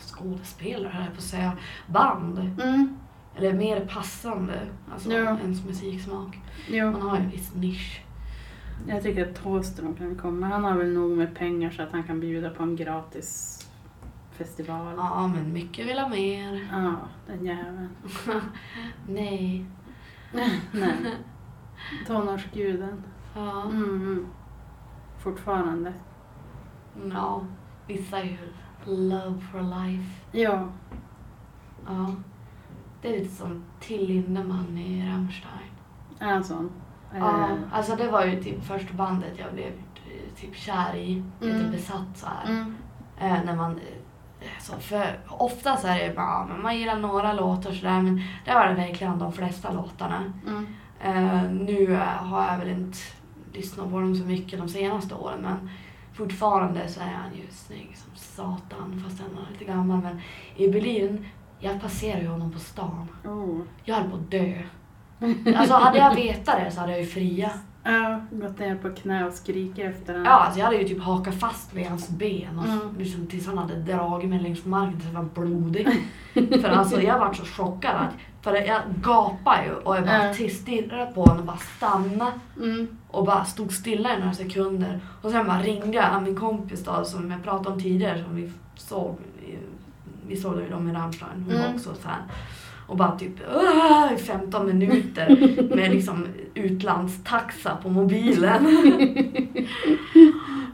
skådespelare här på att säga. Band.
Mm,
Eller mer passande. Alltså
Ja.
ens musiksmak. Man
jo.
har ju en viss nisch.
Jag tycker att Thåström kan komma. Han har väl nog med pengar så att han kan bjuda på en gratis festival.
Ja, men mycket vill ha mer.
Ja, den jäveln.
Nej.
Nej. Tonårsguden.
Ja.
Mm, mm. Fortfarande. Mm.
ja. Vissa är ju love for life.
Ja.
Ja. Det är lite som Till Lindemann i Rammstein.
Är en sån.
Ja,
Eh,
alltså det var ju typ första bandet jag blev eh, typ kär i, lite
Mm.
besatt så här.
Mm.
Eh, när man, eh, så för ofta så är det bara, ja, men man gillar några låtar sådär men det var det verkligen de flesta låtarna.
Mm.
Eh, nu eh, har jag väl inte lyssnat på dem så mycket de senaste åren men fortfarande så är han ju snygg som satan fast han är lite gammal men i Berlin, jag passerar ju honom på stan.
Oh.
Jag höll på att dö. Alltså hade jag vetat det så hade jag ju friat.
Ja, gått ner på knä och skrikit efter den.
Ja, alltså jag hade ju typ hakat fast vid hans ben och
Mm.
liksom, tills han hade dragit mig längs marken tills jag var blodig. för alltså jag var så chockad att för jag gapade ju och jag bara
Mm.
mm. stirrade på honom och bara stannade
Mm.
och bara stod stilla i några sekunder. Och sen bara ringde jag min kompis då som jag pratade om tidigare som vi såg, vi såg ju dem i Rammstein, hon
Mm.
var också fan. Och bara typ "Åh!" i 15 minuter med liksom utlandstaxa på mobilen.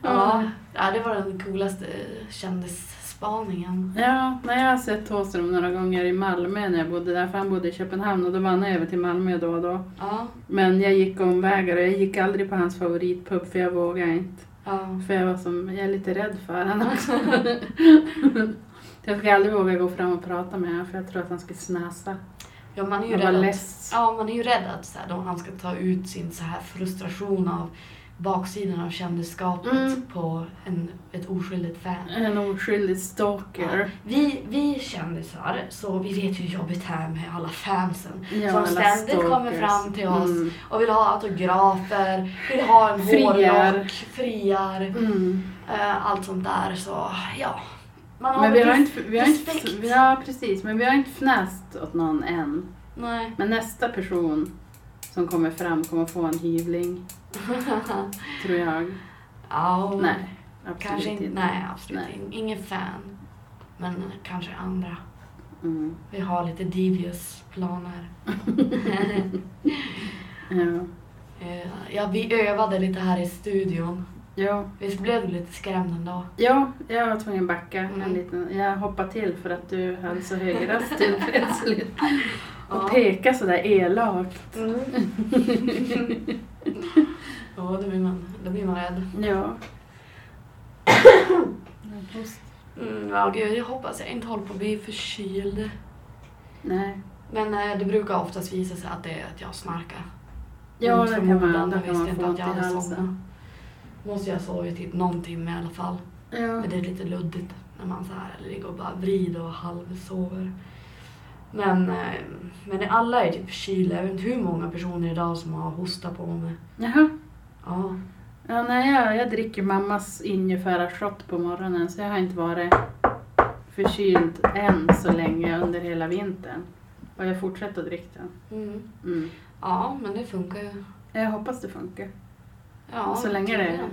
ja, ja, det var den coolaste eh, kändisspaningen.
Ja, när jag har sett Thåström några gånger i Malmö när jag bodde där, för han bodde i Köpenhamn och då vann jag över till Malmö då och då.
Ja,
Men jag gick omvägar och jag gick aldrig på hans favoritpub för jag vågade inte.
ja.
För jag var som, jag är lite rädd för honom också. jag skulle aldrig våga gå fram och prata med honom för jag tror att han skulle snäsa.
ja man är ju
Jag var
rädd att
less.
Ja, man är ju rädd att så här, då han ska ta ut sin så här frustration av baksidan av kändisskapet
Mm.
på en, ett oskyldigt fan.
En oskyldig stalker.
Vi, vi kändisar, så vi vet ju hur jobbigt det är med alla fansen
Ja,
som
alla
ständigt
stalkers.
kommer fram till oss
Mm.
och vill ha autografer, vill ha en
Friar.
hårlock, friar,
Mm.
eh, allt sånt där. Så ja, man har
Men
väl
vi har
viss-
inte, vi har inte,
respekt.
ja precis, men vi har inte fnäst åt någon än.
Nej.
Men nästa person som kommer fram kommer få en hyvling, tror jag.
Ja,
Nej, absolut
Mm. kanske inte.
inte.
Nej, absolut
Nej.
inte. Ingen fan. Men kanske andra.
Mm.
Vi har lite devious planer.
Ja.
Eh, ja, vi övade lite här i studion.
Ja.
Visst blev du lite skrämd ändå?
ja, jag var tvungen att backa
Mm.
en liten. Jag hoppade till för att du hade så hög röst till plötsligt.
Ja.
Och peka sådär elakt.
Mm. ja, då blir man, då blir man rädd.
Ja.
Mm, ja, gud, jag hoppas jag inte håller på att bli förkyld.
Nej.
Men eh, det brukar oftast visa sig att det är att jag snarkar.
Ja,
Mot
det kan
förmodan,
man,
jag
det kan
visste inte
man få ont
att
i
jag hade somnat.
halsen.
Måste jag sova i typ någon timme i alla fall.
Ja.
Men det är lite luddigt när man så här ligger och bara vrider och halvsover. Men, eh, men det- alla är typ förkylda. Jag vet inte hur många personer idag som har hosta på mig.
Jaha.
Ja.
Ja, nej, jag, jag dricker mammas ingefära-shot på morgonen så jag har inte varit förkyld än så länge under hela vintern. Och jag fortsätter att dricka den.
Mm.
Mm.
ja, men det funkar ju.
Jag hoppas det funkar.
Ja,
så, länge det,
tydligen.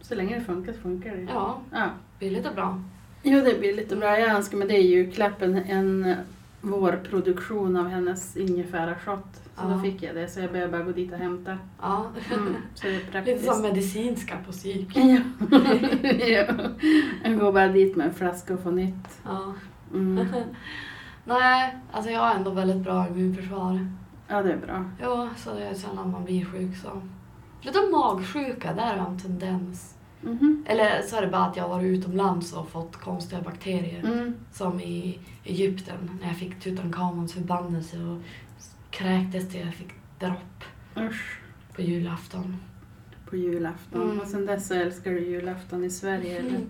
så länge det funkar så funkar det.
Ja,
Ja.
billigt och bra.
Jo, det blir lite bra. Jag önskar mig det i julklapp, en, en vårproduktion av hennes ingefära-shot. Så
Ja.
då fick jag det, så jag behöver bara gå dit och hämta.
Ja.
Mm. Så det är
Lite
praktiskt.
som medicinska på psyk.
Ja. ja. Jag går bara dit med en flaska och får nytt.
Ja.
Mm.
Nej, alltså jag har ändå väldigt bra immunförsvar.
Ja, det är bra.
Ja, så det är sällan man blir sjuk så. Lite magsjuka, där har jag en tendens.
Mhm.
Eller så är det bara att jag har varit utomlands och fått konstiga bakterier.
Mm.
Som i Egypten, när jag fick Tutankhamons förbannelse och kräktes till jag fick dropp
Usch.
på julafton.
På julafton.
Mm.
Och sen dess så älskar du julafton i Sverige. Eller,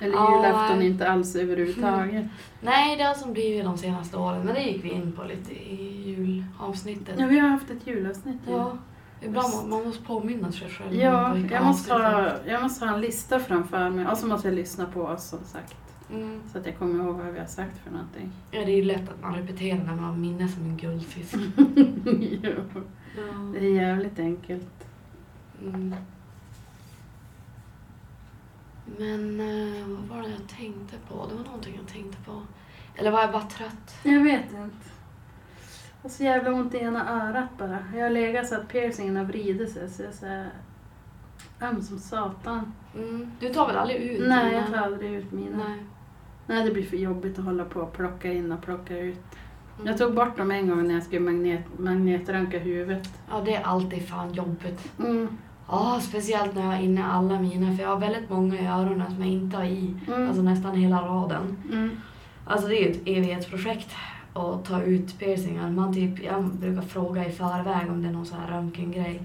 eller
Ja. Mm.
julafton inte alls överhuvudtaget.
Nej, det har som blivit de senaste åren, men det gick vi in på lite i julavsnittet.
Ja, vi har haft ett julavsnitt. ju.
Ja, ibland
Just.
må- man måste påminna sig själv. om
Ja,
vilka
jag måste,
avsnitt
ha, jag måste ha en lista framför mig och så måste jag lyssna på oss som sagt.
det är. Mm.
Så att jag kommer ihåg vad vi har sagt för någonting.
Ja, det är ju lätt att man repeterar när man har minne som en guldfisk.
Mm. jo,
Ja.
det är jävligt enkelt.
Mm. Men eh, vad var det jag tänkte på? Det var någonting jag tänkte på. Eller var jag bara trött?
Jag vet inte. Jag har så jävla ont i ena örat bara. Jag har legat så att piercingen har vridit sig så jag är så här, öm som satan.
Mm. Du tar väl aldrig ut?
Nej, jag
dina-
tar aldrig ut mina. Nej.
Nej.
det blir för jobbigt att hålla på och plocka in och plocka ut.
Mm.
Jag tog bort dem en gång när jag skulle magnet, magnetranka huvudet.
Ja, det är alltid fan jobbigt.
Mm.
Ja, speciellt när jag har inne alla mina, för jag har väldigt många i öronen som jag inte har i.
Mm.
Alltså nästan hela raden.
Mm.
Alltså det är ju ett evighetsprojekt att ta ut piercingar. Man typ, jag brukar fråga i förväg om det är någon sån här röntgengrej.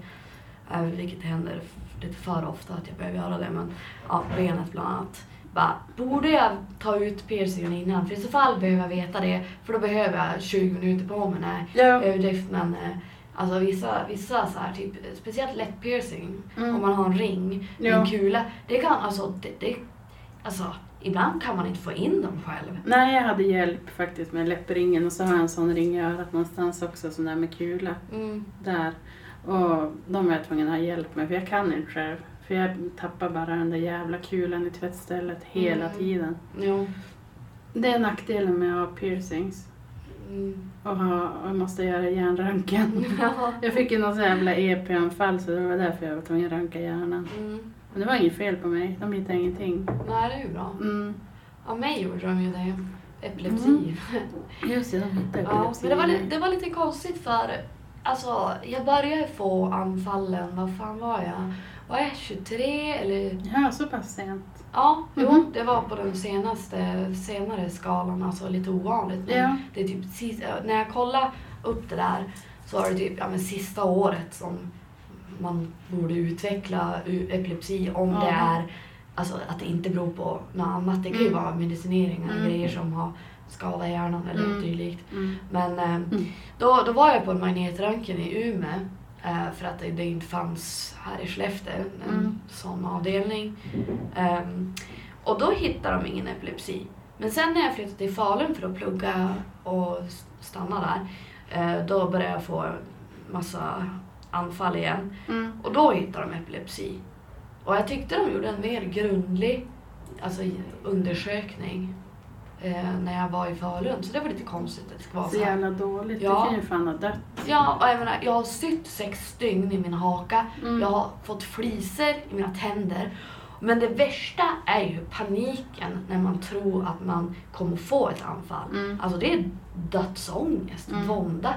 Eh, Vilket händer f- lite för ofta att jag behöver göra det. Men ja, benet bland annat. Bara, borde jag ta ut piercingen innan? För i så fall behöver jag veta det. För då behöver jag 20 minuter på mig. Nej,
Ja.
överdrift. Men eh, alltså vissa, vissa så här, typ, speciellt lätt piercing.
Mm.
Om man har en ring,
Ja.
en kula. Det kan alltså, det, det, alltså, ibland kan man inte få in dem själv.
Nej, jag hade hjälp faktiskt med läppringen och så har jag en sån ring i örat någonstans också, sån där med kula.
Mm.
Där. Och de var jag tvungen att ha hjälp med för jag kan inte själv. För jag tappar bara den där jävla kulan i tvättstället hela
Mm.
tiden.
Jo.
Det är nackdelen med att ha piercings
Mm.
och, ha, och jag måste göra hjärnröntgen.
Ja.
Jag fick ju någon sån jävla EP-anfall så det var därför jag var tvungen att röntga hjärnan.
Mm.
Men det var inget fel på mig, de hittade ingenting.
Nej, det är ju bra.
Mm.
Ja, mig gjorde de ju det. Epilepsi.
Just det, de hittade
Ja, men det var, li-
epilepsi.
det var lite konstigt för alltså, jag började få anfallen, vad fan var jag? Var jag 23 eller?
Ja, så pass sent.
Ja, jo,
Mhm.
det var på den senaste, senare skalan, alltså lite ovanligt. Men
Ja.
det är typ, sis- när jag kollade upp det där så var det typ ja, men sista året som man borde utveckla u- epilepsi om
Ja.
det är alltså, att det inte beror på något annat. Det kan ju
Mm.
vara medicinering eller
Mm.
grejer som har skadat hjärnan eller
Mm.
dylikt.
Mm.
Men eh, då, då var jag på en magnetröntgen i Umeå eh, för att det, det inte fanns här i Skellefteå en
Mm.
sån avdelning. Ehm, och då hittade de ingen epilepsi. Men sen när jag flyttade till Falun för att plugga och s- stanna där, eh, då började jag få massa anfall igen.
Mm.
Och då hittade de epilepsi. Och jag tyckte de gjorde en mer grundlig alltså, undersökning eh, när jag var i Falun. Så det var lite konstigt att det ska vara
Så
så här.
Alltså, jävla dåligt.
Ja.
Det kan ju fan ha dött.
Ja, och jag, menar, jag har sytt sex stygn i min haka.
Mm.
Jag har fått fliser i mina tänder. Men det värsta är ju paniken när man tror att man kommer få ett anfall.
Mm.
Alltså det är dödsångest,
Mm.
vånda.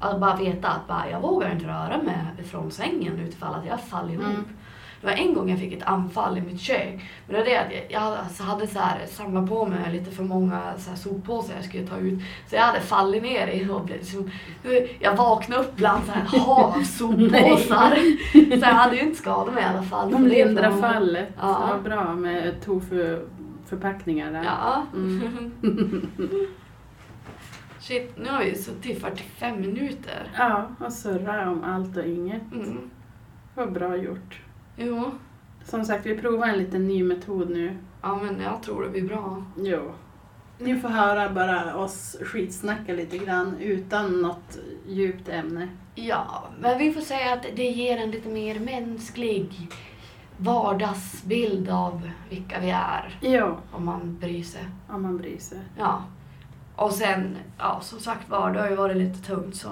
Att bara veta att bara, jag vågar inte röra mig från sängen utifall att jag faller ihop.
Mm.
Det var en gång jag fick ett anfall i mitt kök. Men det var det att jag, jag hade- alltså hade så här, samlat på mig lite för många så här soppåsar jag skulle ta ut. Så jag hade fallit ner i och blev liksom, Jag vaknade upp bland så här hav av soppåsar. så jag hade ju inte skadat mig i alla fall.
De
Så det är
lindrar
bra.
fallet.
Ja.
Det var bra med tofu-förpackningar där.
Ja.
Mm.
Shit, nu har vi ju suttit i 45 minuter.
Ja, och surra om allt och inget.
Mm.
Vad bra gjort.
Jo,
Som sagt, vi provar en liten ny metod nu.
ja men jag tror det blir bra.
Jo. Ni får höra bara oss skitsnacka lite grann utan något djupt ämne.
Ja, men vi får säga att det ger en lite mer mänsklig vardagsbild av vilka vi är
Jo,
om man bryr sig.
om man bryr sig.
Ja. Och sen, ja som sagt var, det har ju varit lite tungt så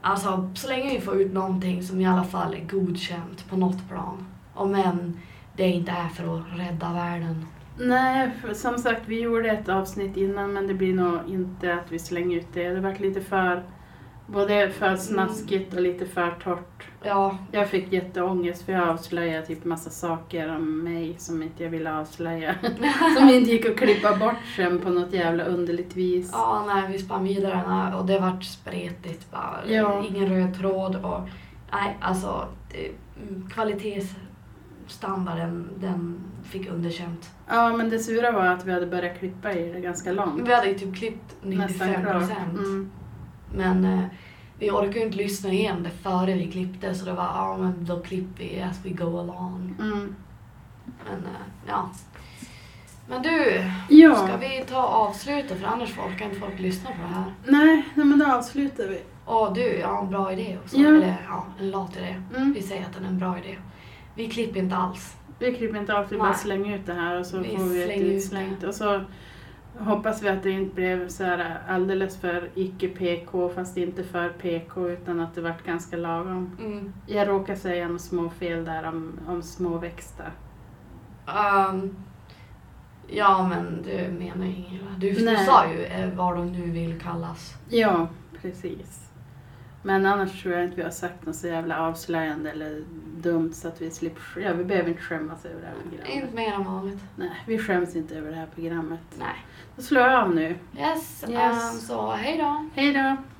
Alltså så länge vi får ut någonting som i alla fall är godkänt på något plan. Om än det inte är för att rädda världen.
Nej, för som sagt, vi gjorde ett avsnitt innan men det blir nog inte att vi slänger ut det. Det vart lite för, både för snaskigt och lite för torrt.
Ja,
Jag fick jätteångest för jag avslöjade typ massa saker om mig som inte jag ville avslöja. som inte gick att klippa bort sen på något jävla underligt vis.
ja nej vi spann vidare nej, och det vart spretigt bara.
Ja.
Ingen röd tråd och nej alltså det, mm, kvalitetsstandarden den fick underkänt.
Ja, men det sura var att vi hade börjat klippa i det ganska långt.
Vi hade ju typ klippt 95 procent.
Mm.
Men eh, vi orkade ju inte lyssna igen det före vi klippte så det var ja men då klipper vi as we go along.
Mm.
Men eh, ja. Men du,
Ja,
ska vi ta och avsluta för annars folk, kan inte folk lyssna på det här.
nej, nej, men då avslutar vi.
Åh du, jag har en bra idé också.
Ja.
Eller ja, en lat idé.
Mm.
Vi säger att den är en bra idé. Vi klipper inte alls.
Vi klipper inte av, vi bara
Nej.
slänger ut det här och så
Vi
får vi ett
slänger ut
utslängt. Och så hoppas vi att det inte blev så här alldeles för icke PK fast inte för PK utan att det vart ganska lagom.
Mm.
Jag råkar säga något småfel där om, om småväxta.
Ehm, ja men du menar ju inget illa. Du, du
Nej.
sa ju eh, vad de nu vill kallas.
Ja, precis. Men annars tror jag inte vi har sagt något så jävla avslöjande eller dumt så att vi slipper, sk- ja vi behöver inte skämmas över det här programmet.
Inte mer än vanligt.
Nej, vi skäms inte över det här programmet.
Nej.
Då slår jag av nu.
Yes,
Yes.
Um, så hej då.
Hej då!